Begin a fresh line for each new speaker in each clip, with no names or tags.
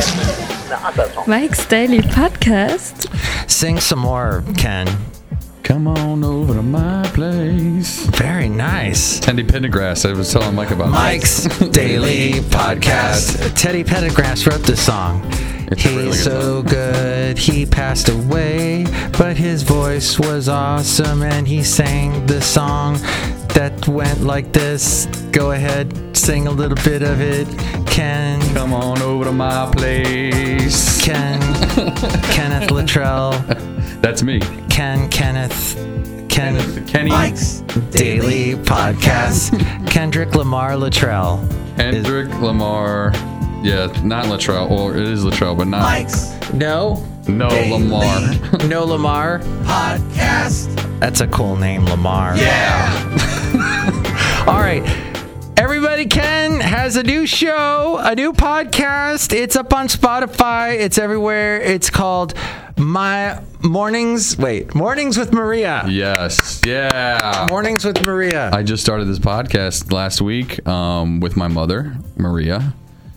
Stanley
Mike's Daily Podcast.
Sing some more, Ken.
Come on over to my place.
Very nice.
Teddy Pendergrass, I was telling Mike about
Mike's Daily Podcast. Teddy Pendergrass wrote this song.
It's a
He's
really good
so good, he passed away, but his voice was awesome and he sang the song that went like this. Go ahead, sing a little bit of it. Ken,
Come on over to my place.
Ken, Kenneth Luttrell,
That's me.
Ken, Kenneth, Ken,
Kenny.
Mike's Daily Podcast. Kendrick Lamar Luttrell.
Kendrick Lamar. Yeah, not Latrell, or it is Latrell, but not.
No,
No Lamar.
no Lamar. Podcast. That's a cool name, Lamar. Yeah. All right. Everybody, Ken has a new show, a new podcast. It's up on Spotify, it's everywhere. It's called My Mornings. Wait, Mornings with Maria.
Yes. Yeah.
Mornings with Maria.
I just started this podcast last week um, with my mother, Maria.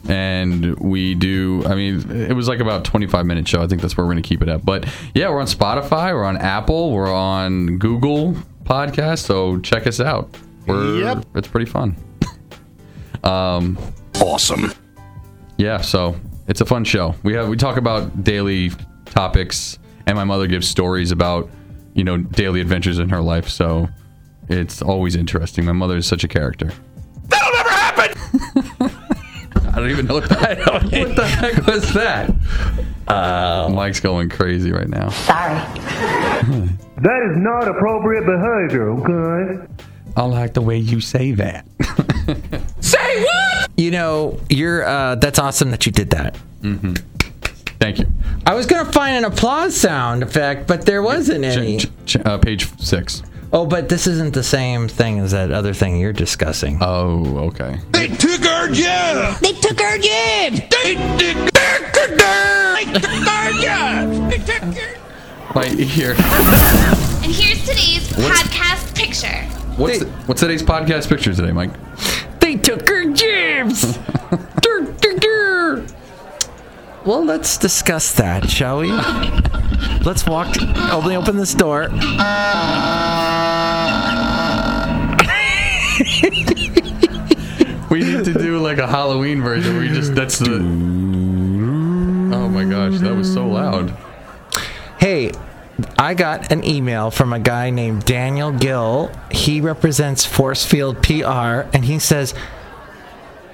And we do, I mean, it was like about 25 minute show. I think that's where we're going to keep it at. But yeah, we're on Spotify, we're on Apple, we're on Google Podcast. So check us out. We're,
Yep.
It's pretty fun. Um,
Awesome.
Yeah, so it's a fun show. We have we talk about daily topics, and my mother gives stories about you know daily adventures in her life. So it's always interesting. My mother is such a character. That'll never happen. I don't even know what, that, what the heck was that. Mike's going crazy right now.
That is not appropriate behavior, okay?
I like the way you say that.
you know, you're. Uh, that's awesome that you did that.
Thank you.
I was gonna find an applause sound effect, but there wasn't any.
Ch- ch- uh, page six.
Oh, but this isn't the same thing as that other thing you're discussing.
Oh, okay.
They took our job. They took our job. They took our job. They took our
My ear.
And here's today's podcast picture.
What's the, what's today's podcast picture today, Mike?
They took her jibs. Dur, dur, dur. Well, let's discuss that, shall we? Let's walk. Open, open this door.
We need to do like a Halloween version. We just that's the. Oh my gosh, that was so loud.
Hey, I got an email from a guy named Daniel Gill. He represents Forcefield PR, and he says,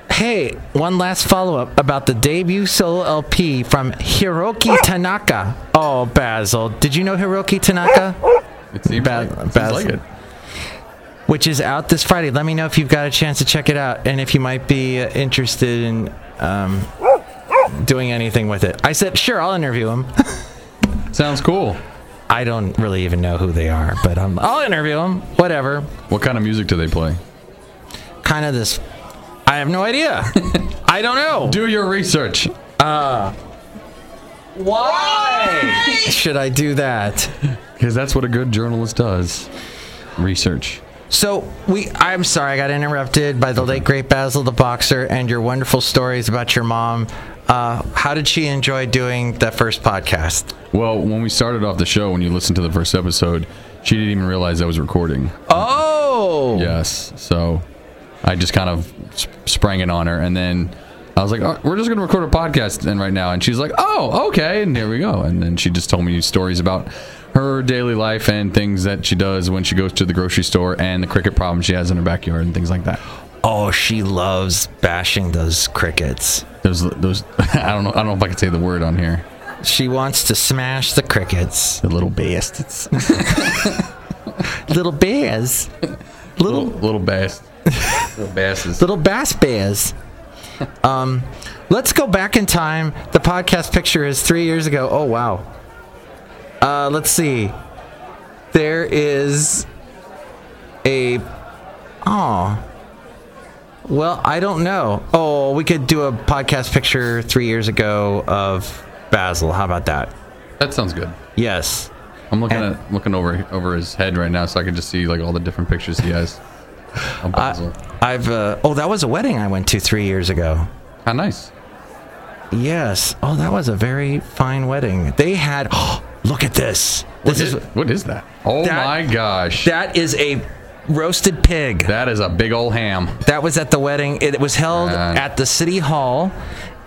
Hey, one last follow up about the debut solo LP from Hiroki Tanaka. Oh, Basil, did you know Hiroki Tanaka?
It seems,
Bad-
like, it seems
bad-
like it.
which is out this Friday. Let me know if you've got a chance to check it out and if you might be uh, interested in um, doing anything with it. I said, sure, I'll interview them.
Sounds cool.
I don't really even know who they are, but um, I'll interview them. Whatever.
What kind of music do they play?
Kind of this. I have no idea. I don't know.
Do your research.
Why should I do that?
Because that's what a good journalist does. Research.
So we. I'm sorry, I got interrupted by the late great Basil the boxer and your wonderful stories about your mom. Uh, how did she enjoy doing the first podcast?
Well, when we started off the show, when you listened to the first episode, she didn't even realize I was recording.
Oh.
Yes. So I just kind of sp- sprang it on her, and then I was like, oh, "We're just gonna record a podcast." And right now, and she's like, "Oh, okay." And here we go. And then she just told me stories about her daily life and things that she does when she goes to the grocery store and the cricket problem she has in her backyard and things like that.
Oh, she loves bashing those crickets.
Those, those, I don't know, I don't know if I can say the word on here.
She wants to smash the crickets.
The little bastards.
Little bears.
little,
Little
little bass. little basses.
little bass bears. Um, let's go back in time. The podcast picture is three years ago. Oh wow. Uh, let's see. There is a. Oh. Well, I don't know. Oh, we could do a podcast picture three years ago of Basil. How about that?
That sounds good.
Yes.
I'm looking
And-
at looking over over his head right now, so I can just see like all the different pictures he has. of Basil.
I've uh, oh, that was a wedding I went to three years ago.
How nice.
Yes. Oh, that was a very fine wedding. They had. look at this. This is
what is that? Oh
That-
my gosh.
that is a roasted pig.
that is a big old ham.
That was at the wedding. It was held
Man.
at the city hall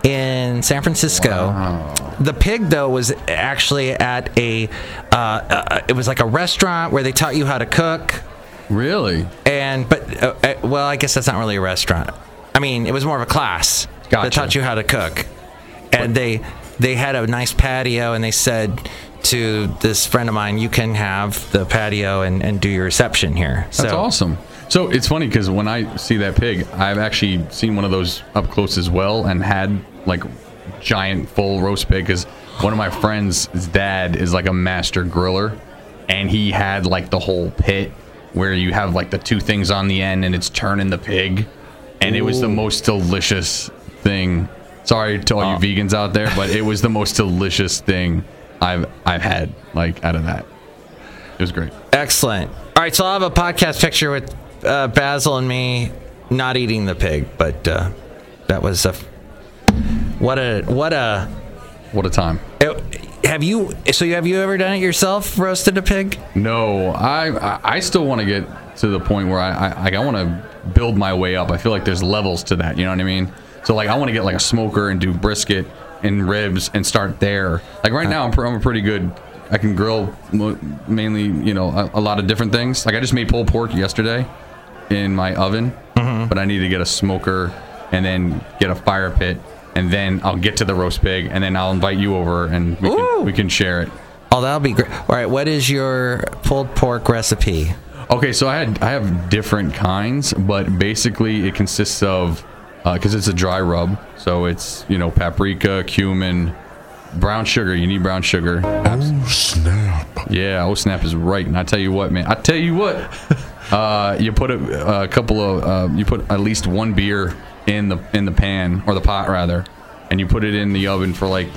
in San Francisco. The pig though was actually at a. Uh, uh, it was like a restaurant where they taught you how to cook.
Really?
and but uh, uh, well, I guess that's not really a restaurant. I mean, it was more of a class
Gotcha.
that taught you how to cook, and they they had a nice patio, and they said to this friend of mine, "You can have the patio and, and do your reception here." So,
That's awesome. So it's funny because when I see that pig, I've actually seen one of those up close as well, and had like giant full roast pig. Because one of my friends' his dad is like a master griller, and he had like the whole pit where you have like the two things on the end, and it's turning the pig, and it was the most delicious thing. Sorry to all you vegans out there, but it was the most delicious thing I've I've had like out of that. It was great.
Excellent. All right, so I'll have a podcast picture with uh, Basil and me not eating the pig, but uh, that was a f- what a what a.
What a time.
it- have you so you have you ever done it yourself? Roasted a pig?
No, I I- I still want to get to the point where I I, like, I want to build my way up. I feel like there's levels to that. You know what I mean? So like I want to get like a smoker and do brisket and ribs and start there. Like right now I'm, pr- I'm a pretty good. I can grill mo- mainly you know a, a lot of different things. Like I just made pulled pork yesterday in my oven, but I need to get a smoker and then get a fire pit. And then I'll get to the roast pig, and then I'll invite you over, and we,
Ooh.
can, we can share it.
Oh, that'll be great. All right, what is your pulled pork recipe?
Okay, so I had I have different kinds, but basically it consists of because it's a dry rub, so it's you know paprika, cumin, brown sugar. You need brown sugar.
Oh snap!
Yeah, oh snap is right, and I tell you what, man, I tell you what, uh, you put a, a couple of uh, you put at least one beer in the in the pan or the pot rather, and you put it in the oven for like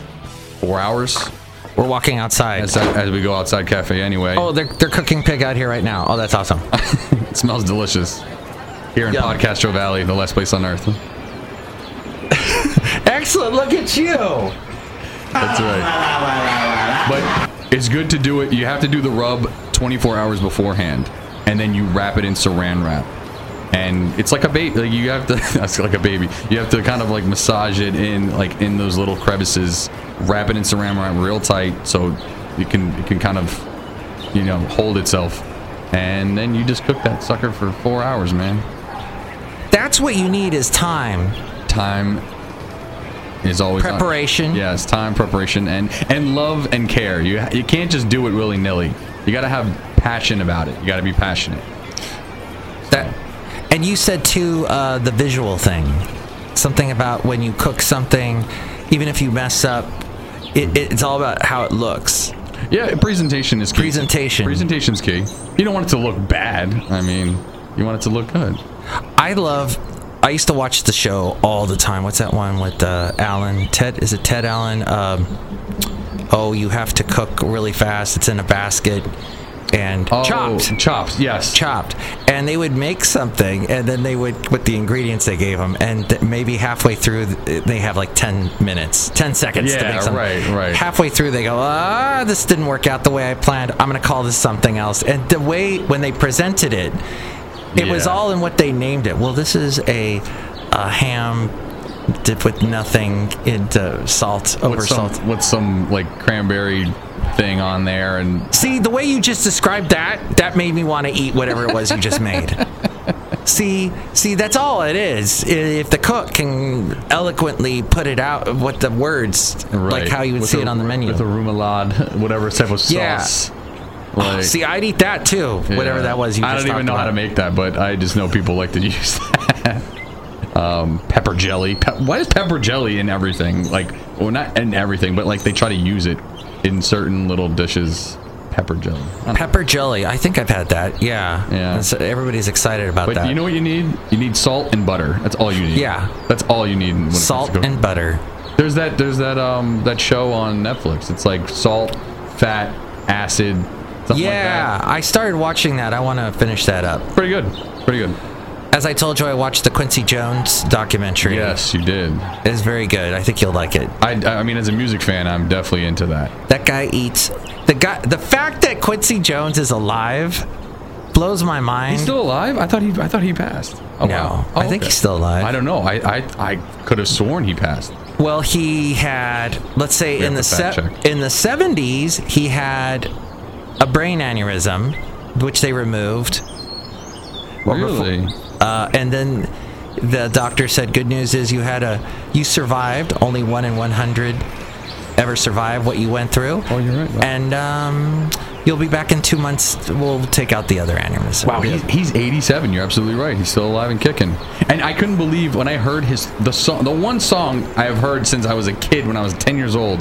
four hours
We're walking outside.
as as we go outside cafe anyway.
oh, they're, they're cooking pig out here right now. Oh, that's awesome.
It smells delicious. Here in
Yum.
Podcastro Valley, the last place on earth.
Excellent. Look at you.
That's right. But it's good to do it. You have to do the rub 24 hours beforehand, and then you wrap it in saran wrap. And it's like a baby. Like you have to. That's like a baby. You have to kind of like massage it in, like in those little crevices. Wrap it in saran wrap real tight, so it can it can kind of, you know, hold itself. And then you just cook that sucker for four hours, man.
That's what you need is time.
time is always on-
Preparation.
yes, time, preparation, and and love and care. You you can't just do it willy nilly. You got to have passion about it. You got to be passionate.
That, and you said too uh, the visual thing, something about when you cook something, even if you mess up, it, it's all about how it looks.
Yeah, presentation is key.
Presentation.
Presentation's key. You don't want it to look bad. I mean, you want it to look good.
I love. I used to watch the show all the time. What's that one with uh, Alan? Ted is it Ted Allen? Um, oh, you have to cook really fast. It's in a basket and
Oh,
chopped,
Chopped. Yes.
chopped. And they would make something, and then they would with the ingredients they gave them, and th- maybe halfway through th- they have like ten minutes, ten seconds to
Yeah,
make something.
right, right.
Halfway through they go, ah, this didn't work out the way I planned. I'm gonna call this something else. And the way when they presented it, it was
Yeah.
all in what they named it. Well, this is a, a ham dipped with nothing into salt over
With some,
salt.
with some like cranberry thing on there, and
See, the way you just described that, that made me want to eat whatever it was you just made. See, see, that's all it is. I- If the cook can eloquently put it out, what the words, like
right,
how you would
with
see
a-
it on the menu.
with a roumelade, whatever type of
Yeah. Oh,
sauce. Like,
see, I'd eat that too, whatever
Yeah.
that was you
I
just
don't even
talked
know how to
about.
make that, but I just know people like to use that. um, pepper jelly. Pe- why is pepper jelly in everything? Like, well, not in everything, but like they try to use it in certain little dishes. Pepper jelly. I don't know.
Pepper jelly. I think I've had that. Yeah.
Yeah.
And so everybody's excited about
But
that.
you know what you need? You need salt and butter. That's all you need.
Yeah.
That's all you need. When it Oh comes to
Salt
cooking.
and butter.
There's that. There's that. Um, that show on Netflix. It's like salt, fat, acid. Something
yeah,
Like that.
I started watching that. I want to finish that up.
Pretty good. Pretty good.
As I told you, I watched the Quincy Jones documentary.
Yes, you did.
It's very good. I think you'll like it.
I, I mean, as a music fan, I'm definitely into that.
That guy eats. The guy. The fact that Quincy Jones is alive blows my mind.
He's still alive? I thought he I thought he passed. Oh,
No. I think he's still alive.
I don't know. I I, I could have sworn he passed.
Well, he had, let's say,
have
in the
to fact
se-
check.
in the seventies, he had a brain aneurysm, which they removed,
Really?
uh, and then the doctor said, "Good news is you had a you survived. Only one in one hundred ever survive what you went through.
Oh, you're right. Wow.
And um, you'll be back in two months. We'll take out the other aneurysm.
Wow, he's, he's 87. You're absolutely right. He's still alive and kicking. And I couldn't believe when I heard his the song, the one song I have heard since I was a kid when I was 10 years old.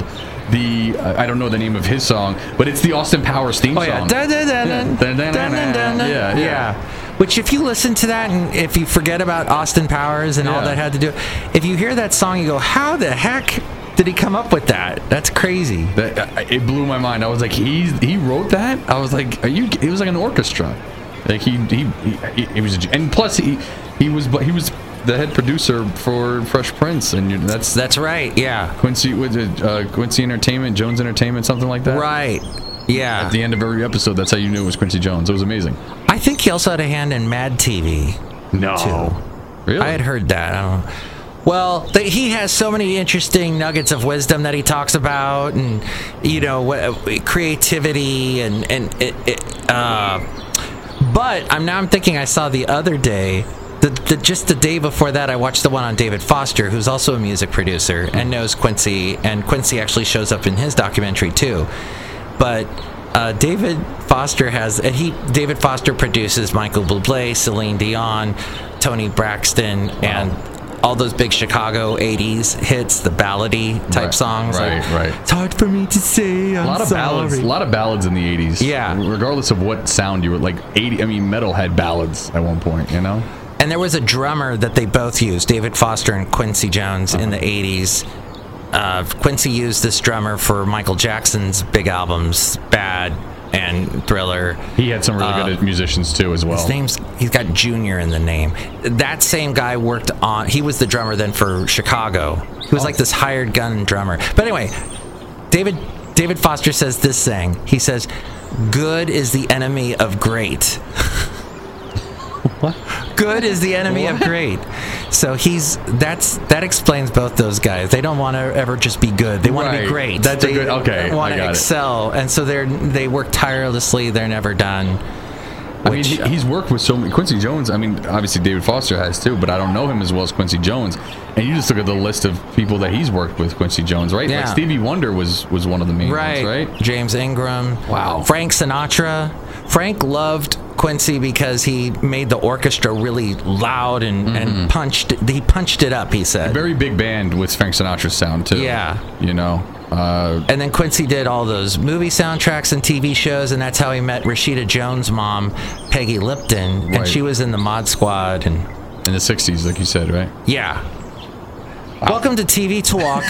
The uh, I don't know the name of his song, but it's the Austin Powers theme
Oh yeah.
song.
Dun, dun, dun, dun, dun, dun, dun, dun, dun.
Yeah, yeah.
Which, if you listen to that, and if you forget about Austin Powers and all
Yeah.
that had to do, if you hear that song, you go, "How the heck did he come up with that? That's crazy."
That, I- it blew my mind. I was like, he's he wrote that. I was like, are you? It was like an orchestra. Like he he he, he was, a, ge- and plus he he was but he was the head producer for Fresh Prince, and you, that's that
That's right. Yeah.
Quincy with uh, Quincy Entertainment, Jones Entertainment, something like that.
Right.
At
Yeah.
the end of every episode, that's how you knew it was Quincy Jones. It was amazing.
I think he also had a hand in Mad TV. Oh,
No, really?
I had heard that. I don't know. Well, th- he has so many interesting nuggets of wisdom that he talks about, and you know, what, creativity and and it, it, uh, but I'm now I'm thinking I saw the other day. The, the, just the day before that, I watched the one on David Foster, who's also a music producer and knows Quincy, and Quincy actually shows up in his documentary too. But uh, David Foster has and he David Foster produces Michael Bublé, Celine Dion, Tony Braxton, and all those big Chicago '80s hits, the ballady type
Right,
songs.
right, right.
It's hard for me to say. I'm
a lot of
sorry.
ballads. A lot of ballads in the '80s.
Yeah.
Regardless of what sound you were like, '80. I mean, metal had ballads at one point. You know.
And there was a drummer that they both used, David Foster and Quincy Jones, in the 80s. Uh, Quincy used this drummer for Michael Jackson's big albums, Bad and Thriller.
He had some really good musicians too, as well.
Uh, His name's, he's got Junior in the name. That same guy worked on, he was the drummer then for Chicago. He
Oh.
was like this hired gun drummer. But anyway, David, David Foster says this thing. He says, Good is the enemy of great. good is the enemy of great. So he's that's that explains both those guys. They don't want to ever just be good. They want to
Right.
be great.
That's a
they
good- okay,
Want
I got
to
it.
excel, and so they're they work tirelessly. They're never done.
I mean, he, he's worked with so many. Quincy Jones. I mean, obviously David Foster has too, but I don't know him as well as Quincy Jones. And you just look at the list of people that he's worked with, Quincy Jones, right?
Yeah.
Like Stevie Wonder was was one of the main ones, right?
James Ingram.
Wow.
Frank Sinatra. Frank loved Quincy because he made the orchestra really loud and,
Mm-hmm.
and punched. He punched it up. He said.
Very big band with Frank Sinatra's sound too.
Yeah.
You know. Uh,
And then Quincy did all those movie soundtracks and TV shows, and that's how he met Rashida Jones' mom, Peggy Lipton,
Right.
and she was in the Mod Squad. And
in the '60s, like you said, right?
yeah, welcome to TV Talk.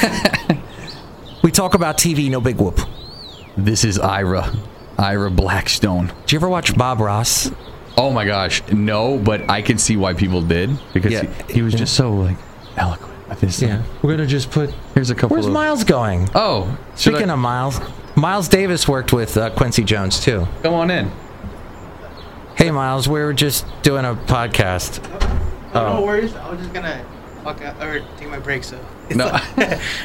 we talk about TV, no big whoop. Did
This is Ira, Ira Blackstone.
you ever watch Bob Ross?
Oh my gosh, no, but I can see why people did because
Yeah.
he, he was just so like eloquent. With his
we're gonna just put.
Here's a couple.
Where's
of,
Miles going?
Oh, should
Speaking
I,
of Miles, Miles Davis worked with uh, Quincy Jones too.
come on in.
Hey Miles, we were just doing a podcast.
No worries. I was just gonna walk out or take my break. So
No,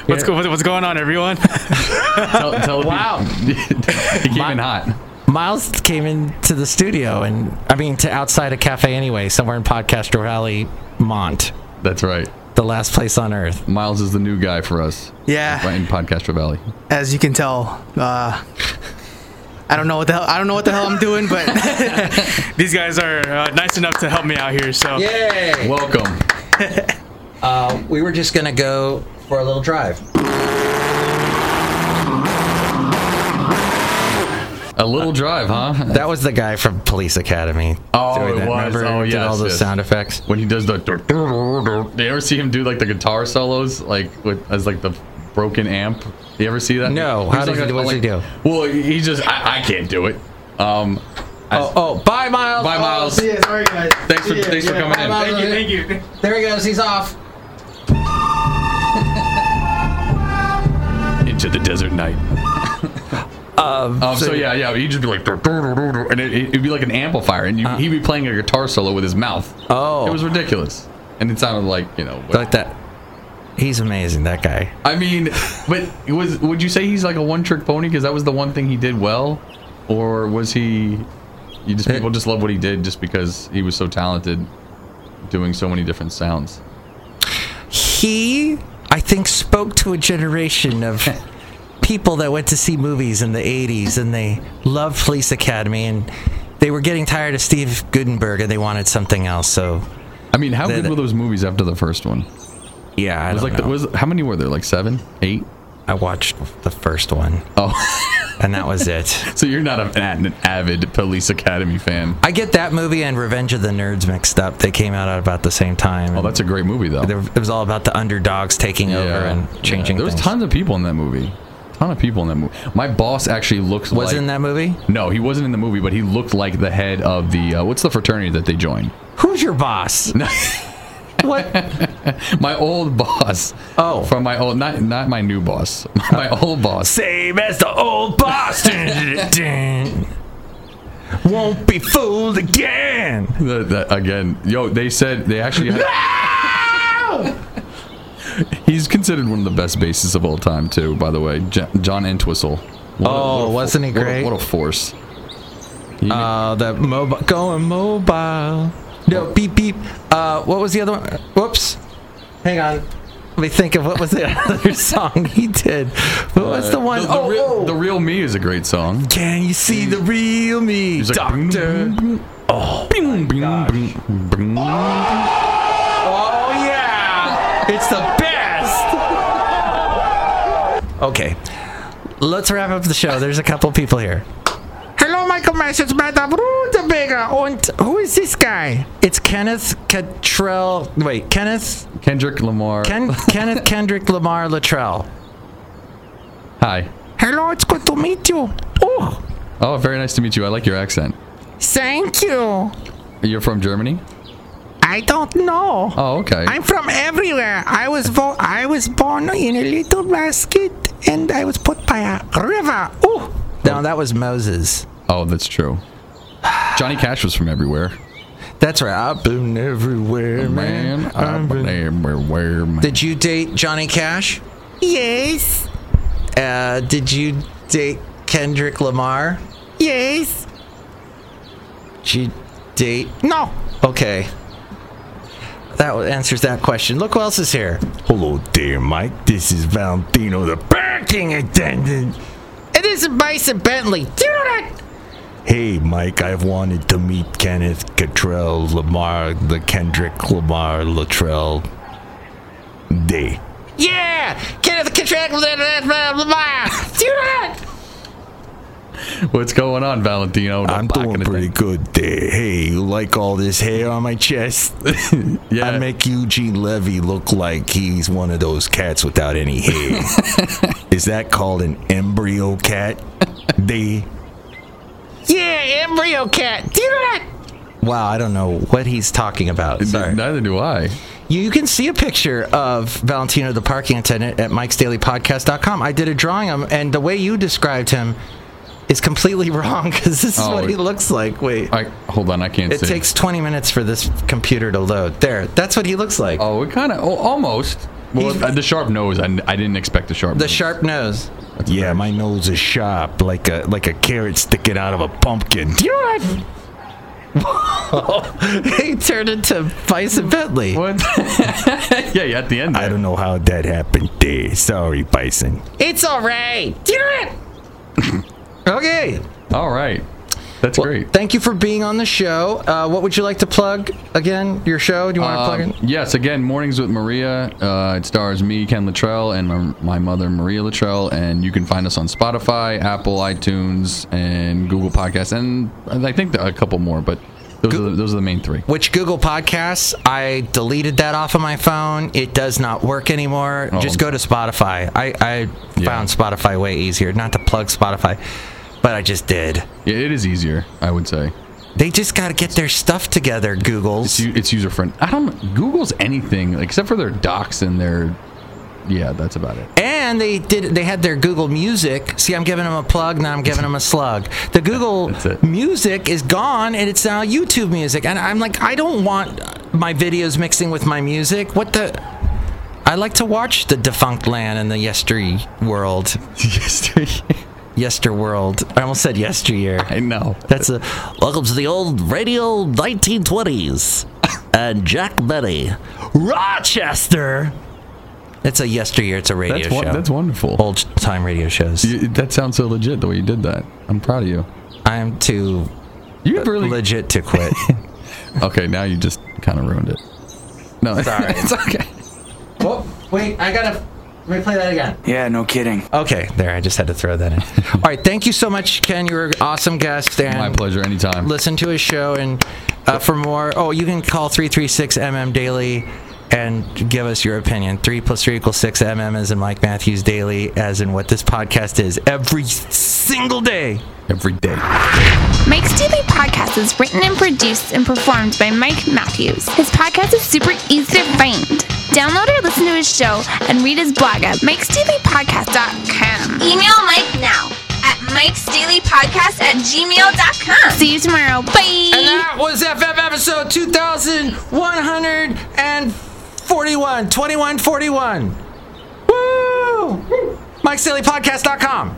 what's go, what's going on, everyone?
tell, tell wow, he came in hot.
Miles came into the studio, and I mean to outside a cafe anyway, somewhere in Podcaster Valley, Mont,
That's right.
the last place on earth.
Miles is the new guy for us.
Yeah.
right in Podcaster Valley.
As you can tell, uh, I don't know what the hell I don't know what the hell I'm doing, but these guys are uh, nice enough to help me out here. So
Yay!
Welcome.
We were just gonna go for a little drive.
A little drive, huh?
That was the guy from Police Academy.
Oh,
doing
it
that.
was.
Remember,
Oh,
did
yes,
all those
yes.
sound effects.
when he does the. Do you ever see him do like the guitar solos, like with as like the broken amp? You ever see that?
No.
He's
How does he do- what does he do?
Well, he just I, I can't do it. Um, Oh,
Oh, bye, Miles.
bye, Miles.
Sorry, guys.
Thanks for thanks for coming in.
Thank you. Thank you.
There he goes. He's off.
into the desert night. Um, so, yeah, yeah, he'd just be like, "Dur, dur, dur, dur," and it, it'd be like an amplifier, and you, he'd be playing a guitar solo with his mouth.
Uh. Oh.
it was ridiculous, and it sounded like you know. what-
Like that. He's amazing. That guy.
I mean, but it was would you say he's like a one-trick pony? Because that was the one thing he did well, or was he? You just people just love what he did just because he was so talented, doing so many different sounds.
he i think spoke to a generation of people that went to see movies in the 80s and they loved police academy and they were getting tired of steve gutenberg and they wanted something else so
I mean, how
The-
good were those movies after the first one?
yeah i
It was
don't
like
know.
the, was how many were there? Like seven, eight?
i watched the first one
Oh.
and that was it
So you're not a- an, an avid Police Academy fan.
i get that movie and revenge of the nerds mixed up they came out at about the same time
Oh, that's a great movie though.
They- it was all about the underdogs taking over and changing
There was
things.
tons of people in that movie. Ton of people in that movie. My boss actually looks
was
like,
in that movie
No, he wasn't in the movie, but he looked like the head of the uh, what's the fraternity that they joined?
who's your boss what
My old boss.
Oh.
from my old not not my new boss. My old boss.
Same as the old boss. Dun, dun, dun, dun. Won't be fooled again.
The- the- again, yo, they said they actually. He's considered one of the best bassists of all time, too. By the way, J- John Entwistle. What a- what
Oh,
a fo-
wasn't he
what a-
great?
What a, force!
Uh, the mobile going mobile. No beep beep. Uh, what was the other one? Whoops. Hang on. Let me think of what was the other song he did. What was the one?
Uh, The, the
oh,
real,
oh.
the real me is a great song.
can you see the real me,
He's like,
doctor?
"Bing, bing, bing." Oh, bing, bing, bing, bing.
Oh yeah, it's the best. okay, let's wrap up the show. There's a couple people here. Hello, Michael Myers. It's Madame Rutabaga. Und who is this guy? It's Kenneth Catrell. Wait, Kenneth
Kendrick Lamar.
Ken, Kenneth Kendrick Lamar Latrell.
Hi.
Hello, it's good to meet you. Oh,
Oh, very nice to meet you. I like your accent.
thank you.
You're from Germany?
I don't know.
Oh, okay.
I'm from everywhere. I was vo- I was born in a little basket, and I was put by a river. Ooh. No, that was Moses.
oh, that's true. Johnny Cash was from everywhere.
That's right. I've been everywhere,
Man, I've been everywhere. Man.
Did you date Johnny Cash? Yes. Uh, did you date Kendrick Lamar? Yes. Did you date? No. Okay. That answers that question. Look who else is here. Hello there, Mike. This is Valentino, the parking attendant. It is Bison Bentley. Do not
Hey, Mike, I've wanted to meet Kenneth Cattrell Lamar, the Kendrick Lamar Latrell Day.
Yeah! Get the contract. Blah, blah, blah, blah, blah. Do not.
What's going on, Valentino?
I'm
Back
doing
in the
pretty
day.
good day. Hey, you like all this hair on my chest?
Yeah.
I make Eugene Levy look like he's one of those cats without any hair. Is that called an embryo cat? Day?
Yeah, embryo cat. Do not. Wow, I don't know what he's talking about. Sorry.
Neither do I.
You can see a picture of Valentino, the parking attendant, at mikesdailypodcast.com. I did a drawing of him, and the way you described him is completely wrong because this is
Oh,
what he
it-
looks like. Wait.
I hold on. I can't
it
see.
takes 20 minutes for this computer to load. There, that's what he looks like.
Oh, it kind of oh, almost. Well,
He's-
the sharp nose. I, I didn't expect the sharp.
The
nose.
sharp nose.
Yeah, my nose is sharp, like a like a carrot sticking out of a pumpkin.
he turned into Bison Bentley.
What? yeah, yeah, at the end. There.
I don't know how that happened there. Sorry, Bison.
It's all right. Do it. okay.
All right, that's
Well,
great.
Thank you for being on the show. Uh, what would you like to plug again? Your show? Do you want to plug
Um,
it?
yes, again, Mornings with Maria. Uh, it stars me, Ken Luttrell, and my, my mother, Maria Luttrell. And you can find us on Spotify, Apple, iTunes, and Google Podcasts, and I think there are a couple more, but those are the, those are the main three.
Which Google Podcasts? I deleted that off of my phone. It does not work anymore.
Oh.
Just go to Spotify. I, I
Yeah.
found Spotify way easier. Not to plug Spotify, but I just did.
Yeah, it is easier, I would say.
They just got to get their stuff together,
It's,
Googles.
u- it's user friend. I don't. Google's anything except for their docs and their. Yeah, that's about it.
And they did. They had their Google Music. See, I'm giving them a plug. Now I'm giving them a slug. The Google
That's it.
Music is gone, and it's now YouTube Music. And I'm like, I don't want my videos mixing with my music. What the? I like to watch the defunct land and the yesteryear world. Yester world. I almost said yesteryear.
I know.
That's a welcome to the old radio 1920s and Jack Benny, Rochester. It's a yesteryear. It's a radio
That's
show.
one, that's wonderful.
old time radio shows.
Oh, You- that sounds so legit the way you did that. I'm proud of you.
I'm too
You have really
legit to quit.
okay. Now you just kind of ruined it. No,
Sorry.
it's okay.
Whoa, Oh, wait, I gotta replay that again.
Yeah, no kidding.
Okay, there. I just had to throw that in. All right, thank you so much, Ken. You were an awesome guest. And
My pleasure. Anytime.
listen to his show and uh, for more oh you can call 336 mm daily and give us your opinion 3 plus 3 equals 6 mm as in mike matthews daily as in what this podcast is every single day
Every day.
Mike's Daily Podcast is written and produced and performed by Mike Matthews. His podcast is super easy to find. Download or listen to his show and read his blog at mikesdailypodcast.com. Email Mike now at mikesdailypodcast at gmail.com. See you tomorrow. Bye.
and that was ff episode 2141 2141 woo mikesillypodcast.com